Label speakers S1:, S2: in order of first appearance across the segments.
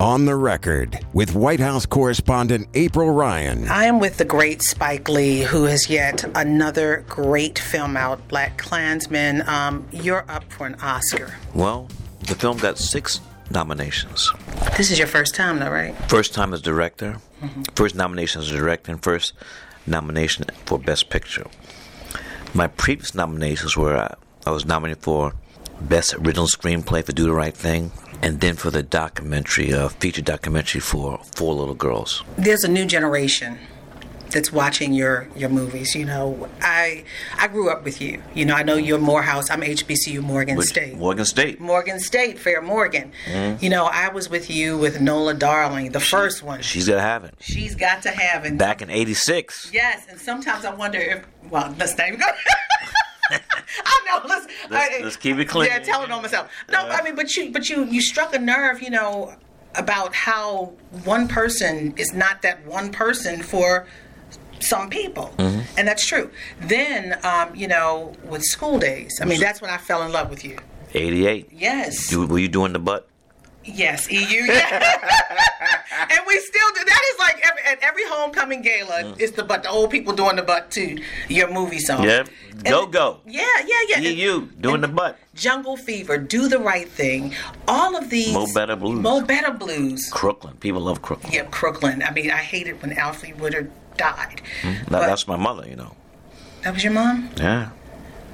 S1: On the record with White House correspondent April Ryan.
S2: I am with the great Spike Lee, who has yet another great film out, Black Klansman. Um, you're up for an Oscar.
S3: Well, the film got six nominations.
S2: This is your first time, though, right?
S3: First time as director,
S2: Mm-hmm.
S3: first nomination as a director, and first nomination for Best Picture. My previous nominations were uh, I was nominated for Best Original Screenplay for Do the Right Thing, and then for the documentary, uh, feature documentary for Four Little Girls.
S2: There's a new generation that's watching your your movies. You know, I I grew up with you. You know, I know you're Morehouse. I'm HBCU Morgan
S3: Which-
S2: State.
S3: Morgan State.
S2: Morgan State, Fair Morgan. You know, I was with you with Nola Darling, the first one.
S3: She's gonna have it.
S2: She's got to have and
S3: Back in '86.
S2: Yes, and sometimes I wonder if. Well, let's not even go. I know. Let's
S3: Let's- let's keep it clean.
S2: Yeah, telling on myself. No, I mean, but you, but you, you struck a nerve, you know, about how one person is not that one person for some people,
S3: Mm-hmm.
S2: and that's true. Then, um, you know, with school days, I mean, that's when I fell in love with you.
S3: '88.
S2: Yes.
S3: You, were you doing the butt?
S2: Yes, EU. Yeah. and we still do. That is like every, at every homecoming gala.
S3: Mm.
S2: It's the butt. The old people doing the butt to your movie song.
S3: Yeah. Go
S2: And-
S3: go.
S2: Yeah, yeah, yeah.
S3: You
S2: And-
S3: you E doing the butt?
S2: Jungle Fever, Do the Right Thing, all of these.
S3: Mo Better Blues.
S2: Mo Better Blues.
S3: Crooklyn. People love Crooklyn.
S2: Yeah, Crooklyn. I mean, I hated when Alfie Woodard died.
S3: That,
S2: But-
S3: Mm-hmm. that's my mother. You know.
S2: that was your mom.
S3: Yeah.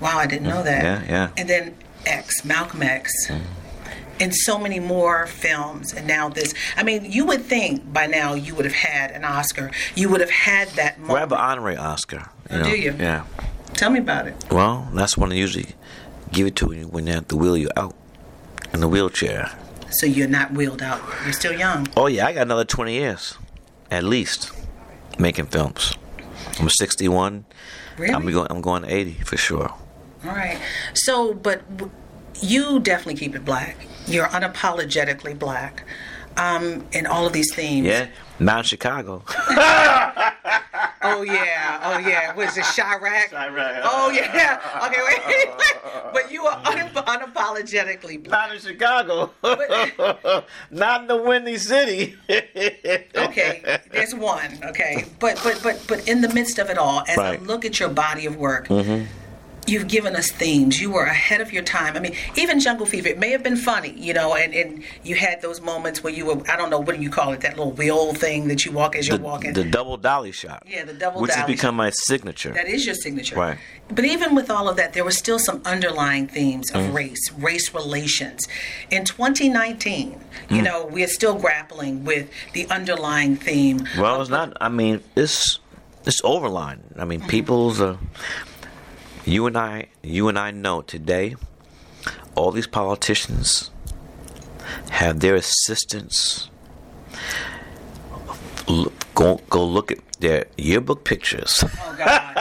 S2: Wow, I didn't know that.
S3: yeah, yeah. Mm.
S2: And then X, Malcolm X, and so many more films. And now this. I mean, you would think by now you would have had an Oscar. You would have had that moment.
S3: Grab an honorary Oscar. You know?
S2: Oh, do you?
S3: Yeah.
S2: Tell me about it.
S3: Well, that's when they usually give it to you when they have to wheel you out in the wheelchair.
S2: So you're not wheeled out. You're still young.
S3: Oh yeah, I got another twenty years, at least, making films. I'm 61.
S2: Really?
S3: I'm going. I'm going to 80 for sure.
S2: All right. So, but w- you definitely keep it black. You're unapologetically black. Um, in all of these themes.
S3: Yeah. Not in Chicago.
S2: Oh yeah, oh yeah. Was it Chirac? Oh yeah. Okay, wait. but you are un- unapologetically black.
S3: Not in Chicago. Not in the Windy City.
S2: Okay, there's one. Okay, but but but but in the midst of it all, as
S3: Right. Mm-hmm.
S2: I look at your body of work. You've given us themes. You were ahead of your time. I mean, even Jungle Fever, it may have been funny, you know, and, and you had those moments where you were, I don't know, what do you call it, that little wheel thing that you walk as you're walking.
S3: the double dolly shot.
S2: Yeah, the double
S3: which has
S2: dolly
S3: become my signature.
S2: That is your signature.
S3: Right.
S2: But even with all of that, there were still some underlying themes of
S3: Mm-hmm.
S2: race, race relations. In 2019, you
S3: Mm.
S2: know, we are still grappling with the underlying theme.
S3: Well, it's not. I mean, it's it's overline. I
S2: Mm-hmm.
S3: mean, people's. Uh, you and I, you and I know today, all these politicians have their assistants l- go go look at their yearbook pictures.
S2: Oh, God.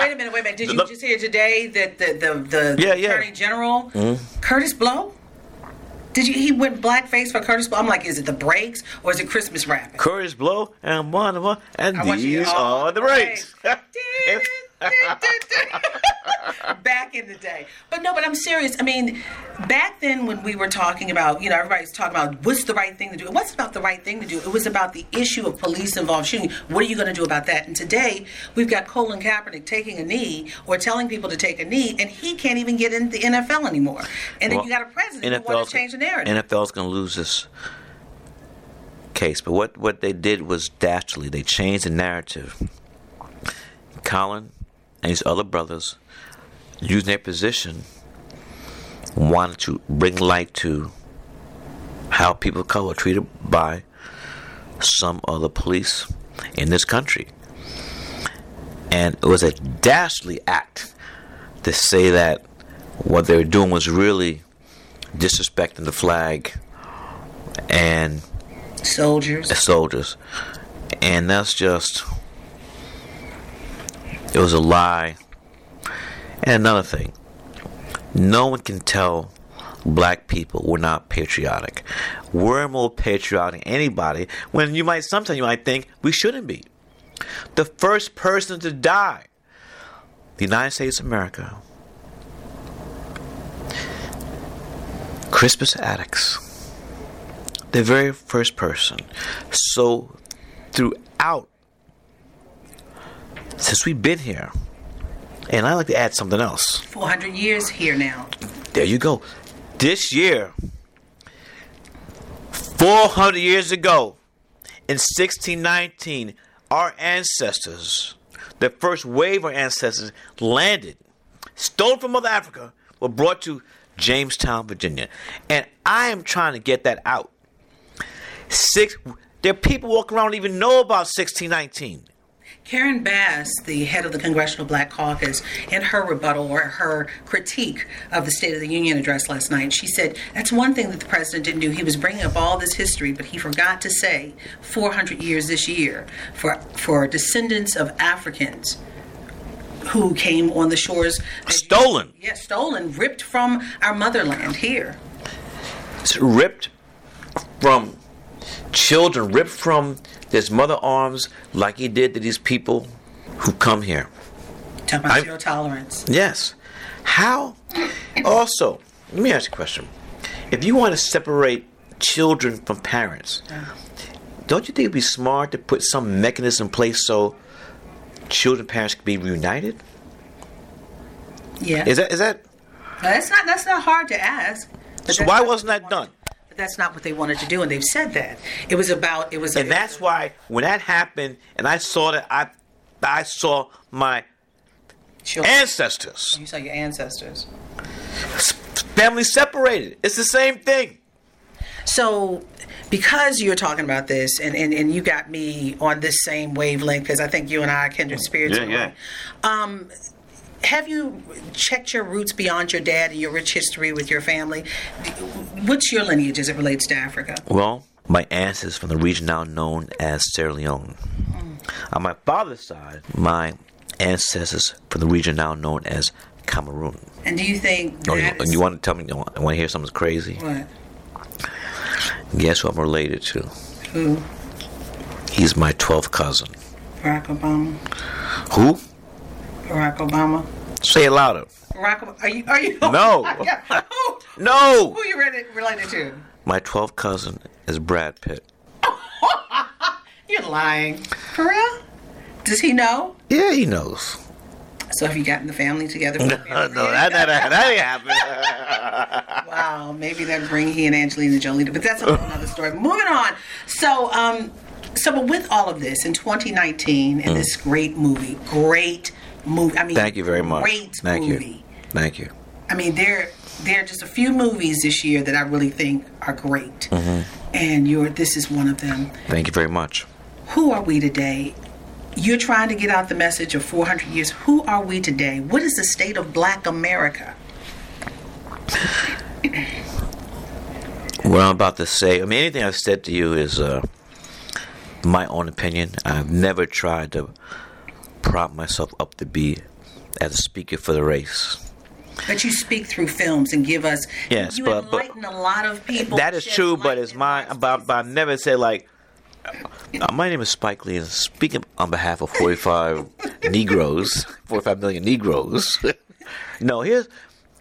S2: wait a minute, wait a minute. Did you
S3: Look-
S2: just hear today that the, the, the,
S3: Yeah, yeah. Hmm?
S2: Attorney General, Curtis Blow? Did you, he went blackface for Curtis Blow? I'm like, is it the breaks or is it Christmas rapping?
S3: Curtis Blow and one of 'em,
S2: I
S3: and
S2: want you
S3: these
S2: to- oh,
S3: are the breaks.
S2: right. back in the day. But no, but I'm serious. I mean, back then when we were talking about, you know, everybody's talking about what's the right thing to do. It wasn't about the right thing to do. It was about the issue of police involved shooting. What are you going to do about that? And today we've got Colin Kaepernick taking a knee or telling people to take a knee, and he can't even get in the NFL anymore. And then you got a president who wants to change the narrative.
S3: NFL's going to lose this case. But what, what they did was dastardly. They changed the narrative. Colin and his other brothers, using their position, wanted to bring light to how people of color are treated by some other police in this country. And it was a dastardly act to say that what they were doing was really disrespecting the flag and
S2: Soldiers.
S3: the soldiers. And that's just, it was a lie. And another thing, no one can tell black people we're not patriotic. We're more patriotic than anybody when you might, sometimes you might think we shouldn't be. The first person to die, the United States of America, Crispus Attucks the very first person. So, throughout, since we've been here, and I like to add something else.
S2: 400 years here now.
S3: There you go. This year, 400 years ago, in 1619, our ancestors, the first wave of ancestors, landed, stolen from Mother Africa, were brought to Jamestown, Virginia. And I am trying to get that out. Six, there are people walking around who don't even know about 1619.
S2: Karen Bass, the head of the Congressional Black Caucus, in her rebuttal or her critique of the State of the Union address last night, she said that's one thing that the president didn't do. He was bringing up all this history, but he forgot to say 400 years this year for for descendants of Africans who came on the shores.
S3: Stolen.
S2: Yes, stolen, ripped from our motherland here.
S3: It's ripped from children, ripped from this mother arms, like he did to these people who come here.
S2: Talk about
S3: I-
S2: zero tolerance.
S3: Yes. How? Also, let me ask you a question. If you want to separate children from parents, don't you think it'd be smart to put some mechanism in place so children and parents can be reunited?
S2: Yeah.
S3: Is that is that?
S2: Now, that's not that's not hard to ask. But
S3: So
S2: that's
S3: why
S2: not what
S3: wasn't
S2: they
S3: that
S2: wanted-
S3: done?
S2: But that's not what they wanted to do, and they've said that it was about it was.
S3: And that's why when that happened, and I saw that, I I saw my
S2: Sure.
S3: ancestors,
S2: you saw your ancestors.
S3: family separated. It's the same thing.
S2: So, because you're talking about this, and, and, and you got me on this same wavelength, because I think you and I are kindred spirits.
S3: Yeah,
S2: in a
S3: yeah.
S2: way. Um, have you checked your roots beyond your dad and your rich history with your family? What's your lineage as it relates to Africa?
S3: Well, my ancestors from the region now known as Sierra Leone. On my father's side, my ancestors from the region now known as Cameroon.
S2: And do you think
S3: Oh, you,
S2: that is-
S3: you want to tell me? You want, to hear something crazy?
S2: what?
S3: Guess who I'm related to?
S2: Who?
S3: He's my 12th cousin.
S2: Barack Obama.
S3: Who?
S2: Barack Obama.
S3: Say it louder.
S2: Barack Obama. Are you? Are you?
S3: No.
S2: who,
S3: No.
S2: who are you related, related to?
S3: My 12th cousin is Brad Pitt.
S2: You're lying. For real? Does he know?
S3: Yeah, he knows.
S2: So have you gotten the family together? for the
S3: no,
S2: family reunion?
S3: that, that, that ain't happening.
S2: Wow, maybe that bring he and Angelina Jolie, but that's a whole other story. Moving on. So, um, so but with all of this in 2019 and this great movie, great movie. I mean,
S3: Hmm. Thank you very much.
S2: Great
S3: Thank
S2: movie.
S3: you. Thank you.
S2: I mean, there there are just a few movies this year that I really think are great,
S3: Mm-hmm.
S2: and you're this is one of them.
S3: Thank you very much.
S2: Who are we today? You're trying to get out the message of 400 years. Who are we today? What is the state of Black America?
S3: What I'm about to say, I mean, anything I've said to you is uh, my own opinion. I've never tried to prop myself up to be as a speaker for the race.
S2: But you speak through films and give us.
S3: Yes,
S2: you
S3: but- but-
S2: enlighten a lot of people.
S3: that is
S2: shed
S3: true,
S2: light
S3: but it's
S2: in
S3: my.
S2: lives.
S3: But, but I've never said like. Uh, my name is Spike Lee, and speaking on behalf of 45 Negroes, 45 million Negroes. no, here's.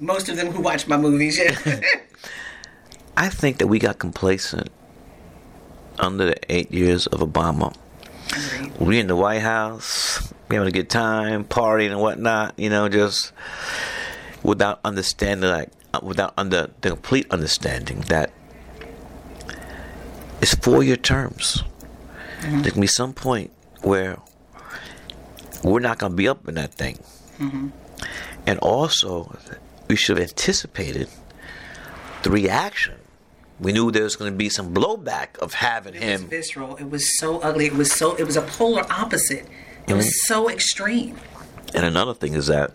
S2: most of them who watch my movies. Yeah.
S3: I think that we got complacent under the eight years of Obama. We in the White House, we having a good time, partying and whatnot. You know, just without understanding, like uh, without under the complete understanding that it's four-year terms. There can be some point where we're not going to be up in that thing, and also we should have anticipated the reaction. We knew there was going to be some blowback of having
S2: it was
S3: him.
S2: visceral. It was so ugly. It was so. It was a polar opposite. It
S3: Mm-hmm.
S2: was so extreme.
S3: And another thing is that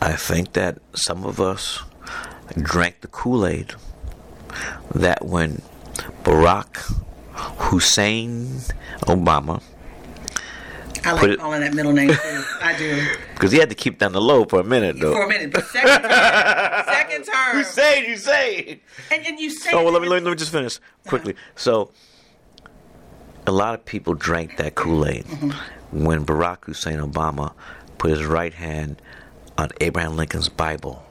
S3: I think that some of us drank the Kool Aid that when Barack Hussein Obama,
S2: I like
S3: Put it-
S2: calling that middle name too. I do.
S3: because he had to keep down the low for a minute
S2: For
S3: though.
S2: a minute, but second term. second term.
S3: Hussein, Hussein.
S2: And, and you say.
S3: Oh well, let me let me, let me just finish quickly. So, a lot of people drank that Kool Aid when Barack Hussein Obama put his right hand on Abraham Lincoln's Bible,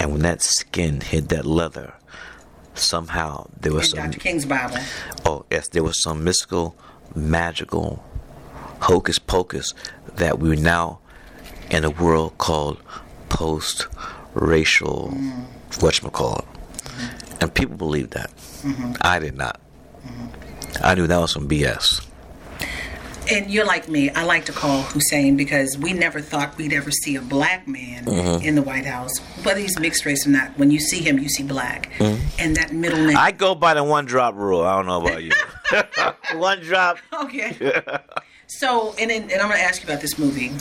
S3: and when that skin hit that leather, somehow there
S2: in
S3: was some
S2: Dr. King's Bible.
S3: oh yes, there was some mystical, magical, hocus pocus that we were now in a world called post-racial, whatchamacallit. And people believed that. I did not. I knew that was some BS.
S2: And you're like me. I like to call Hussein because we never thought we'd ever see a black man in the White House, whether he's mixed race or not. When you see him, you see black, and that middle name.
S3: I go by the one drop rule. I don't know about you. one drop.
S2: okay. so, and then, and I'm going to ask you about this movie,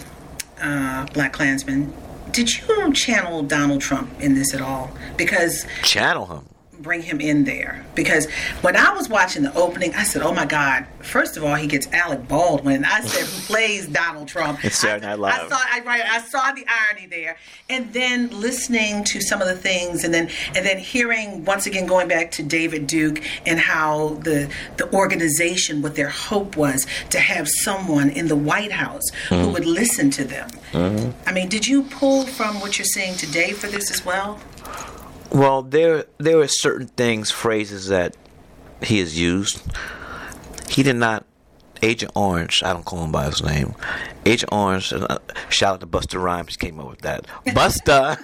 S2: uh, Black Klansman. Did you um, channel Donald Trump in this at all? Because
S3: Channel him.
S2: bring him in there because when I was watching the opening, I said, "Oh my God!" First of all, he gets Alec Baldwin. I said, "Who plays Donald Trump?"
S3: It's Saturday
S2: I-
S3: Night Live.
S2: I saw, I, right, I saw the irony there, and then listening to some of the things, and then and then hearing once again going back to David Duke and how the the organization, what their hope was to have someone in the White House who
S3: Mm-hmm.
S2: would listen to them. I mean, did you pull from what you're seeing today for this as well?
S3: Well, there there are certain things, phrases that he has used. He did not. Agent Orange, I don't call him by his name. Agent Orange, and, uh, shout out to Buster Rhymes, came up with that. Buster!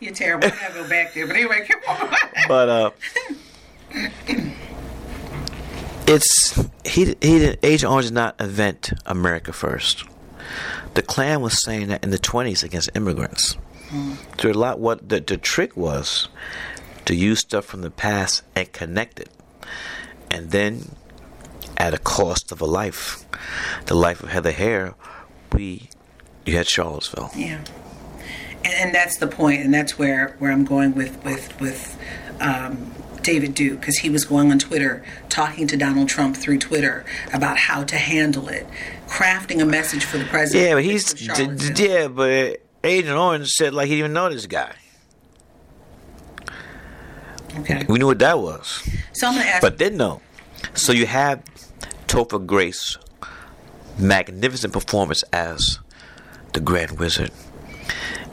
S2: You're terrible. I gotta go back there. But anyway, come on.
S3: but uh, it's he he didn't- Agent Orange did not invent America first. The Klan was saying that in the twenties against immigrants. So a lot what the the trick was to use stuff from the past and connect it, and then at a cost of a life, the life of Heather Hare, we you had Charlottesville.
S2: Yeah, and, and that's the point, and that's where where I'm going with with with um, David Duke because he was going on Twitter talking to Donald Trump through Twitter about how to handle it, crafting a message for the president.
S3: Yeah, but he's
S2: for Charlottesville.
S3: d- d- yeah, but Agent Orange said like he didn't even know this guy.
S2: okay.
S3: We knew what that was,
S2: So I'm gonna ask.
S3: but didn't know. So you have Topher Grace, magnificent performance as the Grand Wizard,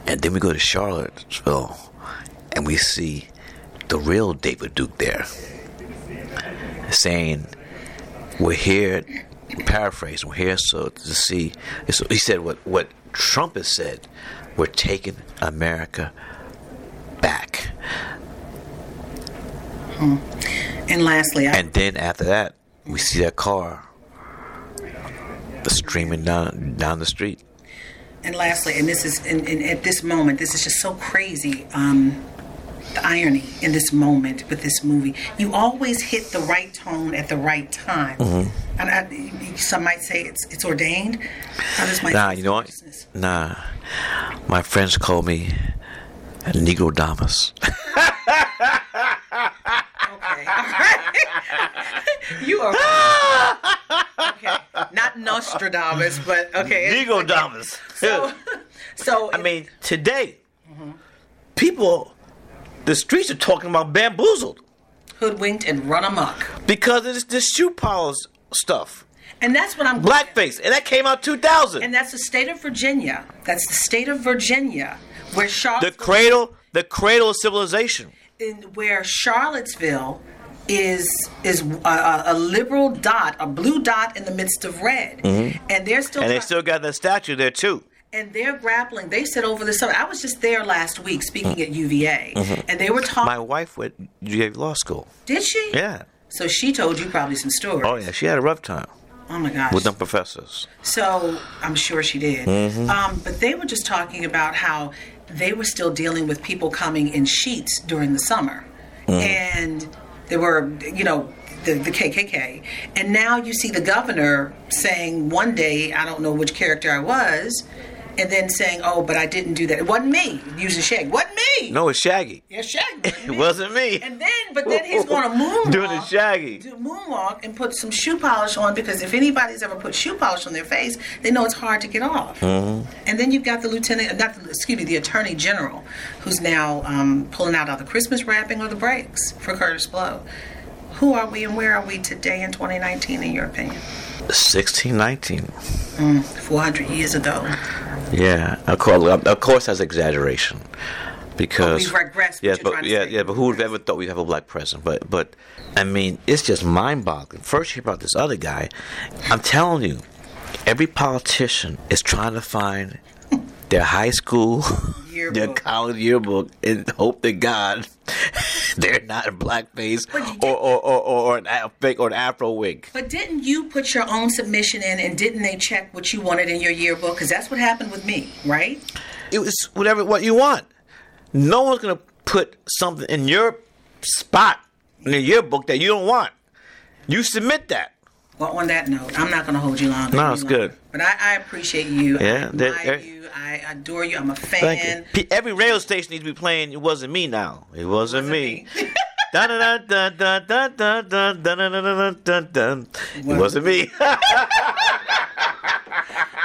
S3: and then we go to Charlottesville, and we see the real David Duke there, saying, "We're here." Paraphrasing, we're here so to see. So he said what what Trump has said. We're taking America back.
S2: and lastly, I,
S3: And then after that, we see that car streaming down down the street.
S2: And lastly, and this is, and, and at this moment, this is just so crazy. Um, the irony in this moment with this movie, you always hit the right tone at the right time.
S3: Mm-hmm.
S2: And I, some might say it's it's ordained. Others might
S3: Nah,
S2: say
S3: you know what?
S2: it's business.
S3: Nah, my friends call me Negro Damas.
S2: Okay. All right. you are okay. Not Nostradamus, but okay.
S3: Negro Damas.
S2: So, so
S3: I mean, today, people, the streets are talking about bamboozled
S2: hoodwinked and run amok,
S3: because it's the shoe polish stuff,
S2: and that's what I'm.
S3: blackface, and that came out 2000.
S2: And that's the state of Virginia. That's the state of Virginia, where
S3: the
S2: Charlottesville,
S3: cradle, the cradle of civilization.
S2: in- where Charlottesville is is a- a, a liberal dot, a blue dot in the midst of red, and they're still
S3: Mm-hmm. And
S2: try-
S3: they still got that statue there too.
S2: and they're grappling. They said over the summer. I was just there last week speaking at UVA, and they were talking.
S3: Mm-hmm. My wife went UVA law school.
S2: did she?
S3: Yeah.
S2: So she told you probably some stories.
S3: Oh yeah, she had a rough time
S2: Oh my gosh.
S3: with them professors.
S2: So I'm sure she did. Um, but they were just talking about how they were still dealing with people coming in sheets during the summer. And they were, you know, the, the KKK. And now you see the governor saying one day, I don't know which character I was, and then saying, oh, but I didn't do that. It wasn't me, using Shag. Wasn't me.
S3: No, it's Shaggy.
S2: Yeah, Shag. wasn't
S3: It
S2: me.
S3: wasn't me.
S2: And then, but then he's going to moonwalk.
S3: Doing the shaggy.
S2: Do moonwalk and put some shoe polish on because if anybody's ever put shoe polish on their face, they know it's hard to get off.
S3: Mm-hmm.
S2: And then you've got the lieutenant, uh, not the, excuse me, the attorney general, who's now um, pulling out all the Christmas wrapping or the breaks for Curtis Blow. Who are we and where are we today in 2019, in your opinion?
S3: 1619.
S2: 400 years ago.
S3: Yeah, of course, of course that's exaggeration. because
S2: we've regressed, what
S3: yes,
S2: you're
S3: but
S2: trying to
S3: yeah,
S2: say.
S3: yeah, but who would have ever thought we'd have a black president? But but I mean, it's just mind-boggling. First, you hear about this other guy. I'm telling you, every politician is trying to find their high school, their
S2: Yearbook.
S3: college yearbook, and hope to God they're not in blackface or or, or, or, or an af- fake or an afro wig.
S2: But didn't you put your own submission in, and didn't they check what you wanted in your yearbook? Because that's what happened with me, right?
S3: It was whatever what you want. No one's gonna put something in your spot in the yearbook that you don't want. You submit that.
S2: Well, on that note, I'm not going to hold you long.
S3: No,
S2: any
S3: it's
S2: longer.
S3: good.
S2: But I, I appreciate you.
S3: Yeah,
S2: I
S3: that-
S2: admire
S3: that-
S2: you. I adore you. I'm a fan.
S3: Thank you. P- every radio station needs to be playing. It wasn't me now. It wasn't, me. Dun, dun, dun, dun, dun, dun, dun, dun, dun, dun, dun, dun, dun. It wasn't me. All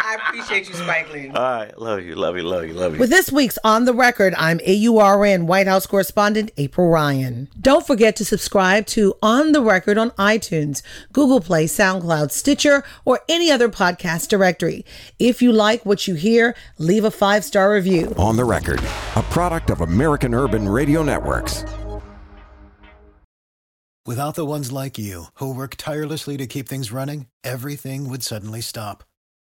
S2: I appreciate you, Spike
S3: Uh,
S2: Lee.
S3: right, love you, love you, love you, love you.
S4: With this week's On the Record, I'm AURN White House correspondent April Ryan. Don't forget to subscribe to On the Record on iTunes, Google Play, SoundCloud, Stitcher, or any other podcast directory. If you like what you hear, leave a five star review.
S1: On the Record, a product of American Urban Radio Networks.
S5: Without the ones like you, who work tirelessly to keep things running, everything would suddenly stop.